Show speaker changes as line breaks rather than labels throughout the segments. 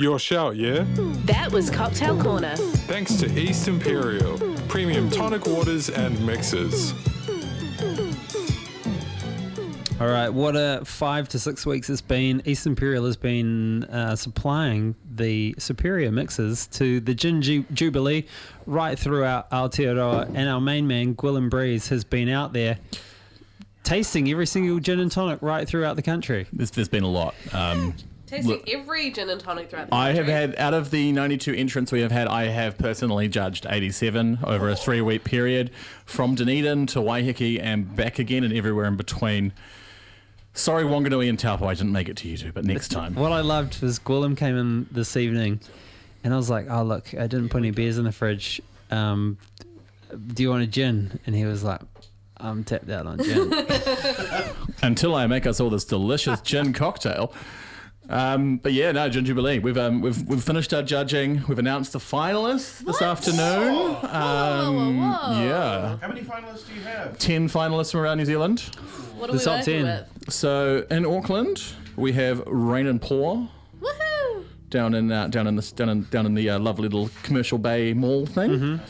Your shout, yeah?
That was Cocktail Corner.
Thanks to East Imperial, premium tonic waters and mixes.
All right, what a five to six weeks it's been. East Imperial has been uh, supplying the superior mixes to the Gin Ju- Jubilee right throughout Aotearoa, and our main man, Gwilym Breeze, has been out there tasting every single gin and tonic right throughout the country.
There's, there's been a lot. Um,
Tasting
Look-
every gin and tonic throughout the
I have
country.
had out of the 92 entrants we have had, I have personally judged 87 over a three-week period, from Dunedin to Waiheke and back again and everywhere in between. Sorry, Wanganui and Taupo, I didn't make it to you two, but next time.
What I loved was Gwilym came in this evening, and I was like, "Oh look, I didn't put any beers in the fridge. Um, do you want a gin?" And he was like, "I'm tapped out on gin."
until I make us all this delicious gin cocktail. Um, but yeah, no, Gin Jubilee. We've um, we've we've finished our judging. We've announced the finalists this afternoon. Um, Yeah,
How many finalists do you have?
ten finalists from around New Zealand.
What are
The
we
top 10.
working with?
So in Auckland, we have Rain and Pour
Woohoo!
down in uh, down in the down in, down in the uh, lovely little Commercial Bay Mall thing.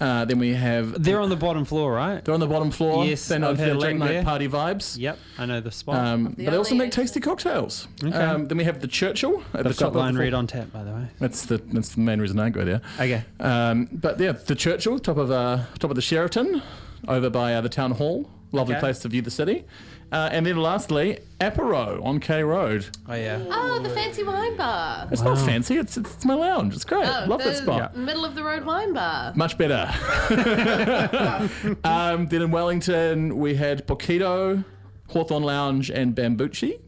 Uh, then we have
Mm-hmm. They're on the bottom floor, right?
they're on the bottom floor.
Yes,
they know
I've
for
had a
late
drink
night
there.
party vibes.
Yep, I know the spot.
Um, but they also
only
make tasty cocktails.
Okay.
Um, then we have the Churchill. At
I've
the top
got
of
mine
the-
red on tap, by the way.
That's the that's the main reason I go there.
Okay.
Um, but yeah, the Churchill, top of uh, top of the Sheraton, over by uh, the town hall. Lovely
Okay.
place to view the city. Uh, and then lastly, Apero on K Road.
Oh yeah.
Oh, the fancy wine bar.
It's not fancy. It's, it's my lounge. It's great.
Oh,
Love
the
that spot.
Middle of the road wine bar.
Much better. um, then in Wellington, we had Boquito, Hawthorne Lounge, and Bambuchi.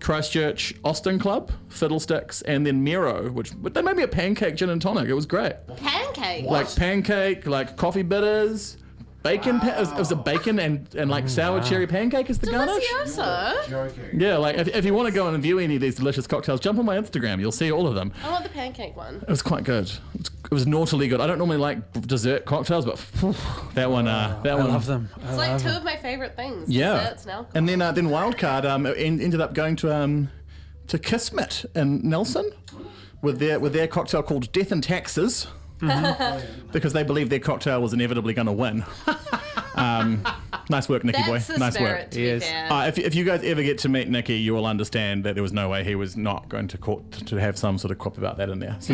Christchurch, Austin Club, Fiddlesticks, and then Miro, which but they made me a pancake gin and tonic. It was great.
Pancake.
like pancake, like coffee bitters, bacon. Pa- it, was, it was a bacon and, and like sour cherry pancake is the garnish.
Delicioso.
Joking.
Yeah, like if, if you want to go and view any of these delicious cocktails, jump on my Instagram. You'll see all of them.
I want the pancake one.
It was quite good. It's- It was naughtily good. I don't normally like dessert cocktails, but that one, uh, that
Ah, I
one.
love them. I
It's like
love
two
them.
of my favorite things.
Yeah.
Desserts now.
And then uh, then Wildcard um, en- ended up going to um, to Kismet in Nelson with their with their cocktail called Death and Taxes
Mm-hmm.
because they believed their cocktail was inevitably going to win. um, nice work, Nicky
That's
boy.
the
nice
spirit,
work.
to be
Yes.
fair.
Uh, if, if you guys ever get to meet Nicky, you will understand that there was no way he was not going to court to have some sort of quip about that in there. So,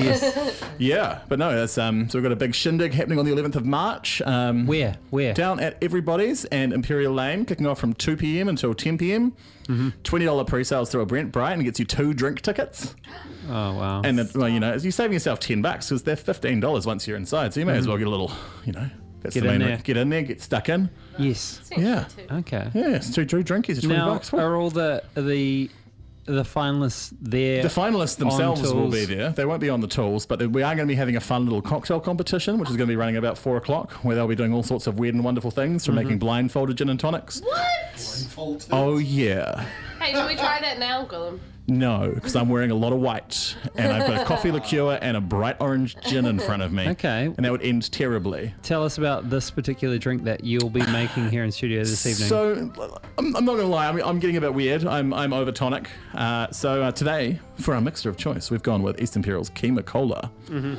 yeah, but no, that's um. So we've got a big shindig happening on the 11th of March. Um,
Where? Where?
down at Everybody's and Imperial Lane, kicking off from 2 p.m. until 10 p.m.
Mm-hmm.
$20 pre sales through a Brent Brighton gets you two drink tickets.
Oh wow.
And, the, well, you know, you're saving yourself 10 bucks because they're $15 once you're inside. So you may as well get a little, you know, that's
Mm-hmm. Get
the
in
main
there.
re- Get in there, get stuck in.
yes.
Essentially
yeah.
two.
Okay.
Yeah, it's two, two drinkies, 20
Now
bucks.
are all the the the finalists there?
The finalists themselves will
tools.
be there. They won't be on the tools, but we are going to be having a fun little cocktail competition, which is going to be running about four o'clock, where they'll be doing all sorts of weird and wonderful things, from
Mm-hmm.
making blindfolded gin and tonics.
What?
Oh yeah.
Hey, should we try that now, Gwilym?
No, because I'm wearing a lot of white, and I've got a coffee liqueur and a bright orange gin in front of me.
Okay.
And that would end terribly.
Tell us about this particular drink that you'll be making here in studio this evening.
So I'm, I'm not gonna lie, I'm, I'm getting a bit weird. I'm I'm over tonic. Uh, so uh, today, for our mixer of choice, we've gone with East Imperial's Kima Cola.
Mm-hmm.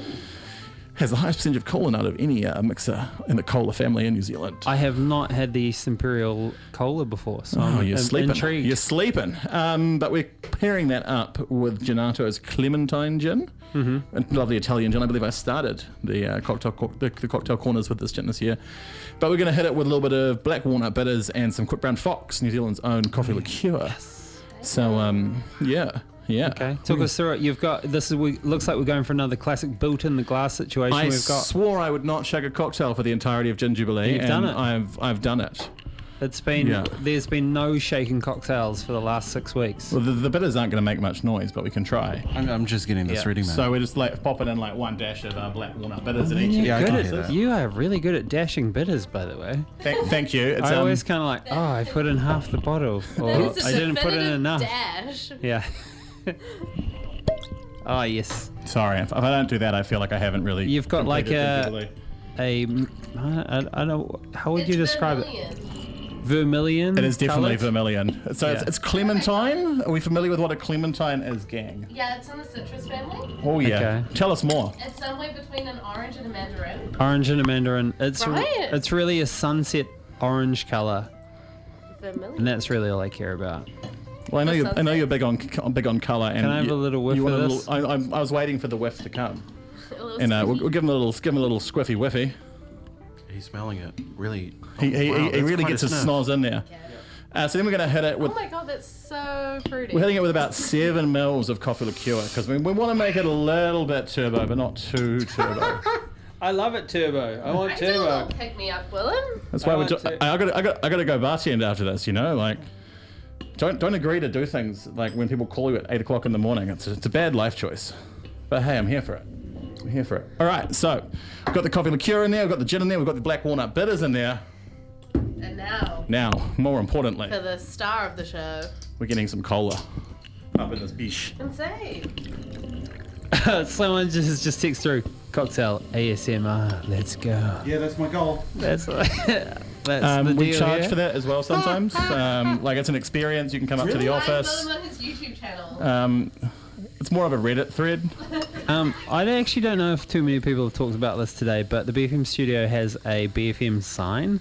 Has the highest percentage of colon out of any uh, mixer in the cola family in New Zealand.
I have not had the East Imperial Cola before, so
Oh,
I'm
you're
I'm
sleeping.
intrigued.
You're sleeping. Um, but we're pairing that up with Gennato's Clementine gin, mm-hmm. a lovely Italian gin. I believe I started the uh, cocktail co- the, the cocktail corners with this gin this year. But we're going to hit it with a little bit of black walnut bitters and some Quick Brown Fox, New Zealand's own coffee liqueur. So um, yeah, yeah.
Okay, talk us through it. You've got this. Is, we, looks like we're going for another classic built in the glass situation.
I
We've got
swore I would not shake a cocktail for the entirety of Gin Jubilee,
You've
and
done it.
I've I've done it.
It's been
Yeah.
there's been no shaken cocktails for the last six weeks.
Well, the, the bitters aren't going to make much noise, but we can try.
I'm, I'm just getting this
Yeah.
reading now.
So we're just like popping in like one dash of uh, black walnut bitters in each.
yeah, I
Oh, Good
can
at-
hear that.
You are really good at dashing bitters, by the way.
Thank, thank you. It's,
I
um,
always kind of like, oh, I put in half the bottle, or
That is a
I didn't put in
definitive
enough.
Dash.
Yeah. oh yes,
sorry if, if I don't do that. I feel like I haven't really.
You've got like uh,
completed
a-
the Jubilee.
a I, I, I don't. How would you
It's
describe it?
vermilion.
vermilion?
It is definitely
coloured?
vermilion. So it's,
Yeah.
it's clementine. Are we familiar with what a clementine is, gang?
Yeah, it's in the citrus family.
Oh yeah.
Okay.
Tell us more.
It's somewhere between an orange and a mandarin.
Orange and a mandarin. It's
Right.
it's really a sunset orange color, and
Vermilion.
that's really all I care about.
Well, I know
That
you.
sounds
I know you're big on on- big on color. And
Can I have a
you-
little whiff
you want
of
a
this?
Little, I, I'm- I was waiting for the whiff to come,
A little
and uh, we'll,
squeaky.
we'll give him a little, give him a little squiffy whiffy.
He's smelling it. Really.
He, he,
wow,
he, he
that's
really
quite
gets
a
his
sniff.
snores in there. Uh, so then we're gonna hit it with.
Oh my god, that's so fruity.
We're hitting it with about seven mils of coffee liqueur because we, we want to make it a little bit turbo, but not too turbo.
I love it, Turbo. I
I
want
feel a little pick me up, Willem.
That's why
I
we.
like
Do-
to-
I, I gotta, I gotta, I gotta go bartend after this. You know, like, don't don't agree to do things like when people call you at eight o'clock in the morning. It's a, it's a bad life choice. But hey, I'm here for it. I'm here for it. All right, so we've got the coffee liqueur in there. We've got the gin in there. We've got the black walnut bitters in there.
And now
Now, more importantly,
for the star of the show.
we're getting some cola up in this beach.
Insane.
Someone just just text through cocktail ASMR. Let's go.
Yeah, that's my goal.
That's that's the
Um,
deal
we charge
here.
for that as well sometimes. um, like it's an experience. You can come up to the
Find
office.
Willem on his YouTube channel.
Um, it's more of a Reddit thread.
Um, I actually don't know if too many people have talked about this today, but the BFM studio has a BFM sign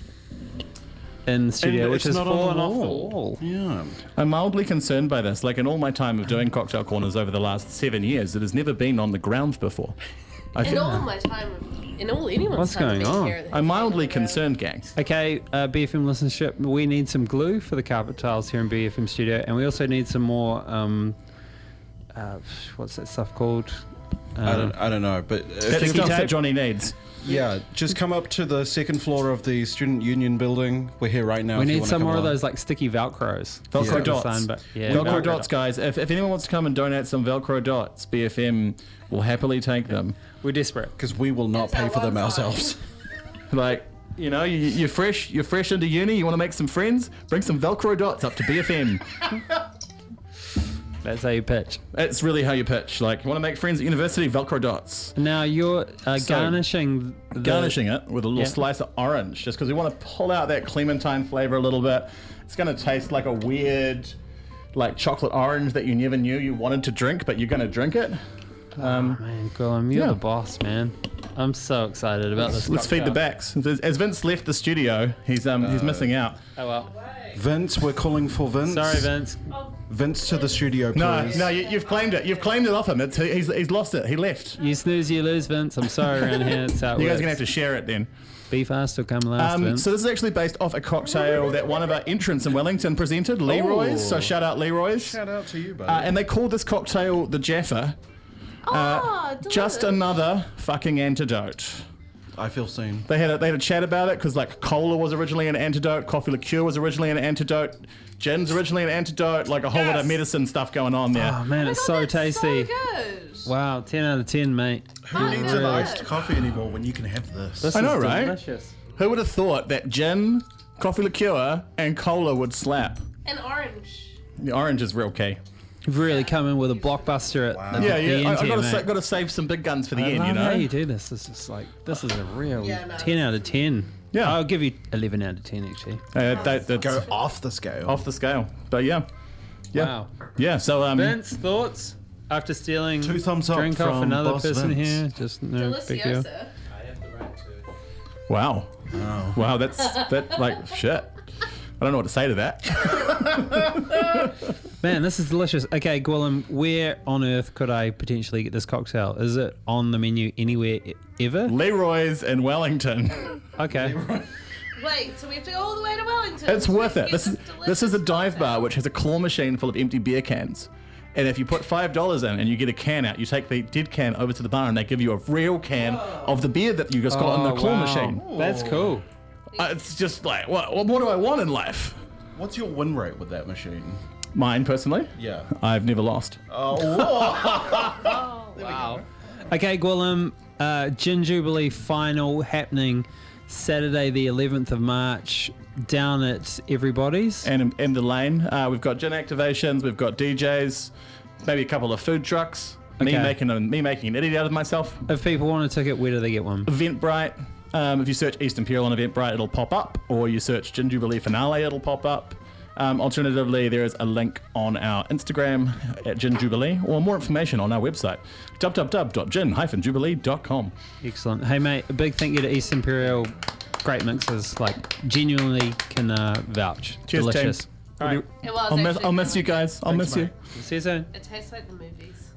in the studio,
And
which
it's
is
not on the
fallen off the
wall.
wall.
Yeah.
I'm mildly concerned by this. Like in all my time of doing cocktail corners over the last seven years, it has never been on the ground before. I
in
feel-
all my time, of- in all anyone's
What's
time
going
of being
on?
here, it has
I'm
been
mildly
on the road.
concerned, gang.
Okay, uh, BFM listenership, we need some glue for the carpet tiles here in BFM studio, and we also need some more. Um, uh, what's that stuff called?
I don't, I don't know, but if
That's
you
stuff
can-
that Johnny needs.
yeah, just come up to the second floor of the student union building. We're here right now.
We
if you
need
wanna
some
come
more of
along.
those like sticky Velcros.
Velcro
Stick the
dots.
sign, but- yeah,
Velcro dots, guys. If, if anyone wants to come and donate some Velcro dots, BFM will happily take them.
We're desperate.
because we will not
That's
pay
our
for them
one sign.
ourselves.
Like, you know, you, you're fresh, you're fresh into uni. You want to make some friends? Bring some Velcro dots up to BFM.
That's how you pitch.
That's really how you pitch. Like, you want to make friends at university? Velcro dots.
Now you're uh, garnishing. The,
garnishing it with a little
Yeah.
slice of orange, just because we want to pull out that clementine flavor a little bit. It's going to taste like a weird, like chocolate orange that you never knew you wanted to drink, but you're going to drink it.
Man, Gollum, you're
Yeah.
the boss, man. I'm so excited about this.
Let's feed the
cocktail.
backs. As Vince left the studio, he's um he's missing out.
Oh well.
Vince, we're calling for Vince.
Sorry, Vince.
Vince to the studio, please.
No, no, you, you've claimed it. You've claimed it off him. It's, he's, he's lost it. He left.
You snooze, you lose, Vince. I'm sorry around here. It's how it
You guys are
works.
gonna have to share it then.
be fast or come last,
Um,
Vince.
so this is actually based off a cocktail that one of our entrants in Wellington presented, Leroy's.
Oh.
So shout out Leroy's.
Shout out to you, buddy.
Uh, and they call this cocktail the Jaffa.
Oh,
Just
delicious.
another fucking antidote.
I feel seen.
They had a, they had a chat about it because like cola was originally an antidote, coffee liqueur was originally an antidote, gin's originally an antidote, like a whole lot of
Yes!
medicine stuff going on there.
oh man,
Oh my
it's
God,
so
that's
tasty.
good.
wow, 10 out of 10, mate.
Oh,
Who needs
no.
an iced coffee anymore when you can have this?
This
I know,
is
right?
Delicious.
Who would have thought that gin, coffee liqueur, and cola would slap?
And orange.
The orange is real key.
You've really come in with a blockbuster at the, Oh,
Yeah,
the
yeah.
end
I, I
here,
gotta,
mate.
sa- gotta save some big guns for the
I
end,
love
you know.
how you do this. This is like this is a real
Yeah, no.
10 out of 10.
Yeah.
I'll give you 11 out of 10 actually.
Uh, that, that's
Go off the scale.
off the scale, but yeah, yeah,
Wow.
yeah. So um,
Vince, thoughts after stealing
Two thumbs up
drink off
from
another
Boss
person
Vince.
here? Just no big deal.
Deliciosa.
Wow.
Oh.
Wow, that's that like shit. I don't know what to say to that.
Man, this is delicious. Okay, Gwilym, where on earth could I potentially get this cocktail? Is it on the menu anywhere e- ever?
Leroy's in Wellington.
Okay.
Wait, so we have to go all the way to Wellington.
It's
to
worth
get
it. This is this is a
delicious
dive
cocktail.
bar which has a claw machine full of empty beer cans. And if you put five dollars in and you get a can out, you take the dead can over to the bar and they give you a real can of the beer that you just got on the
Oh,
claw
wow.
machine.
That's cool.
Uh, it's just like what, what what do I want in life?
What's your win rate with that machine?
Mine personally,
Yeah.
I've never lost.
Okay, Gwilym, uh, Gin Jubilee final happening Saturday, the 11th of March, down at everybody's.
and and the lane. Uh, we've got gin activations, we've got DJs, maybe a couple of food trucks. Me
Okay.
making a, me making an idiot out of myself.
If people want a ticket, where do they get one?
Eventbrite, Um, if you search East Imperial on Eventbrite, it'll pop up, or you search Gin Jubilee Finale, it'll pop up. Um, alternatively, there is a link on our Instagram at Gin Jubilee, or more information on our website, www.gin-jubilee.com.
Excellent. Hey, mate, a big thank you to East Imperial. Great mixes. Like, genuinely can uh, vouch.
Cheers,
Delicious.
team.
All right.
It was
I'll miss,
actually
I'll miss you guys. I'll miss you.
See you soon.
It tastes like the movies.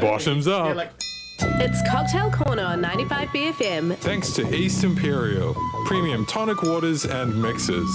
Bottoms up.
It's Cocktail Corner on 95 BFM.
Thanks to East Imperial, premium tonic waters and mixes.